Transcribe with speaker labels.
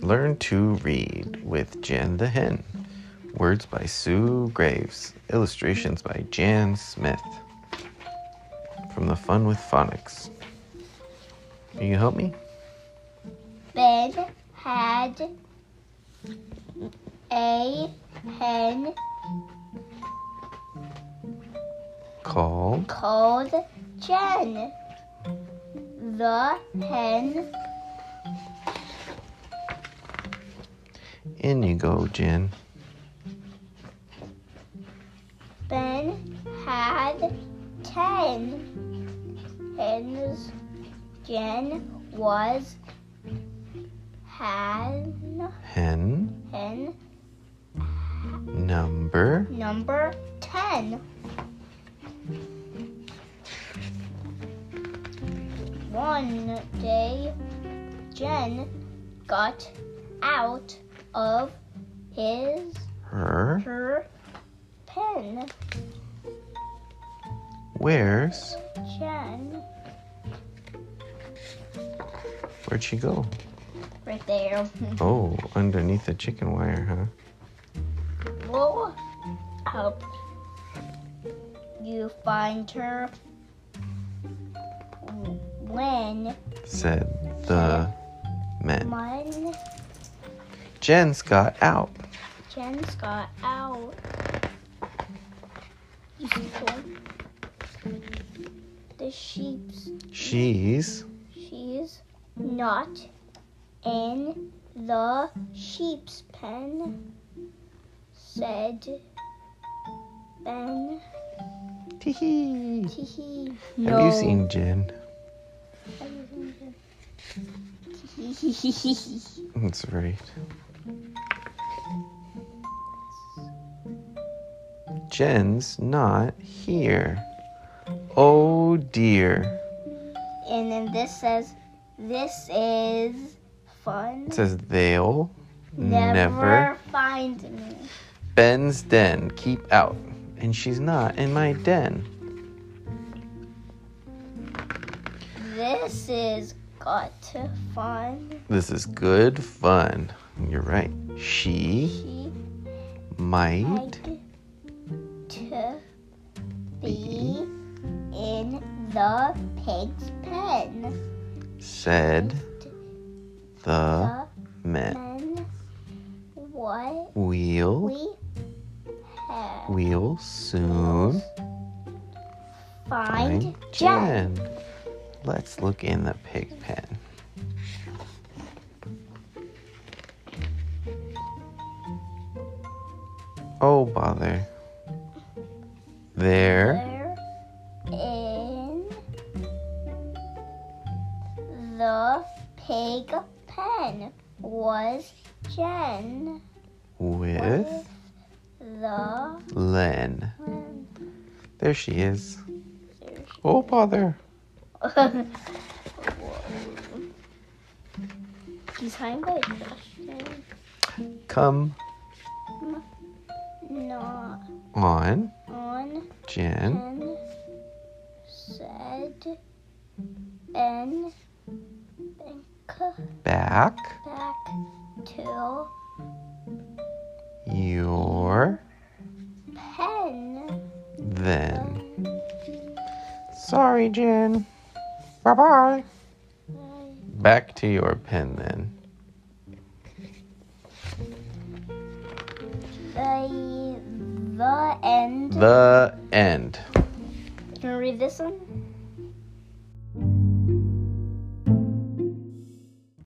Speaker 1: Learn to Read with Jan the Hen. Words by Sue Graves. Illustrations by Jan Smith. From the Fun with Phonics. Can you help me?
Speaker 2: Ben had a hen
Speaker 1: Called
Speaker 2: called Jen. The hen
Speaker 1: In You Go, Jan.
Speaker 2: Ben had ten hens. Jen was hen,
Speaker 1: Hen
Speaker 2: hen
Speaker 1: number
Speaker 2: number ten. One day, Jen got out of his
Speaker 1: her.
Speaker 2: her pen.
Speaker 1: Where's
Speaker 2: Jen,
Speaker 1: where'd she go?
Speaker 2: right there.
Speaker 1: Oh, underneath the chicken wire, huh?
Speaker 2: We'll help you find her when
Speaker 1: Said the men.
Speaker 2: when
Speaker 1: Jen's got out.
Speaker 2: Jen's got out. The sheep's
Speaker 1: She's
Speaker 2: she's not in the sheep's pen, said Ben.
Speaker 1: tee hee.
Speaker 2: Hee
Speaker 1: Have you seen Jen? That's right. Jen's not here. Oh dear.
Speaker 2: and then this says, "This is fun.
Speaker 1: It says they'll
Speaker 2: Never,
Speaker 1: never,
Speaker 2: find me."
Speaker 1: Ben's den. Keep out. And she's not in my den.
Speaker 2: This is got to fun.
Speaker 1: This is good fun. You're right. She
Speaker 2: She
Speaker 1: might
Speaker 2: had to be in the pig's pen.
Speaker 1: said the
Speaker 2: The
Speaker 1: men.
Speaker 2: pen. What
Speaker 1: We'll
Speaker 2: we have
Speaker 1: we'll soon
Speaker 2: find
Speaker 1: find
Speaker 2: Jen.
Speaker 1: Jen. Let's look in the pig pen. Oh bother. There
Speaker 2: Where in the pig pen was Jen
Speaker 1: with
Speaker 2: the
Speaker 1: Len. There she is. Oh bother.
Speaker 2: behind the question
Speaker 1: Come
Speaker 2: not
Speaker 1: on,
Speaker 2: on
Speaker 1: Jen.
Speaker 2: Jen said Ben bank
Speaker 1: Back
Speaker 2: back to
Speaker 1: your
Speaker 2: pen
Speaker 1: then. Sorry, Jen. Bye bye. Back to your pen then.
Speaker 2: The the end.
Speaker 1: The end.
Speaker 2: Can we read this one?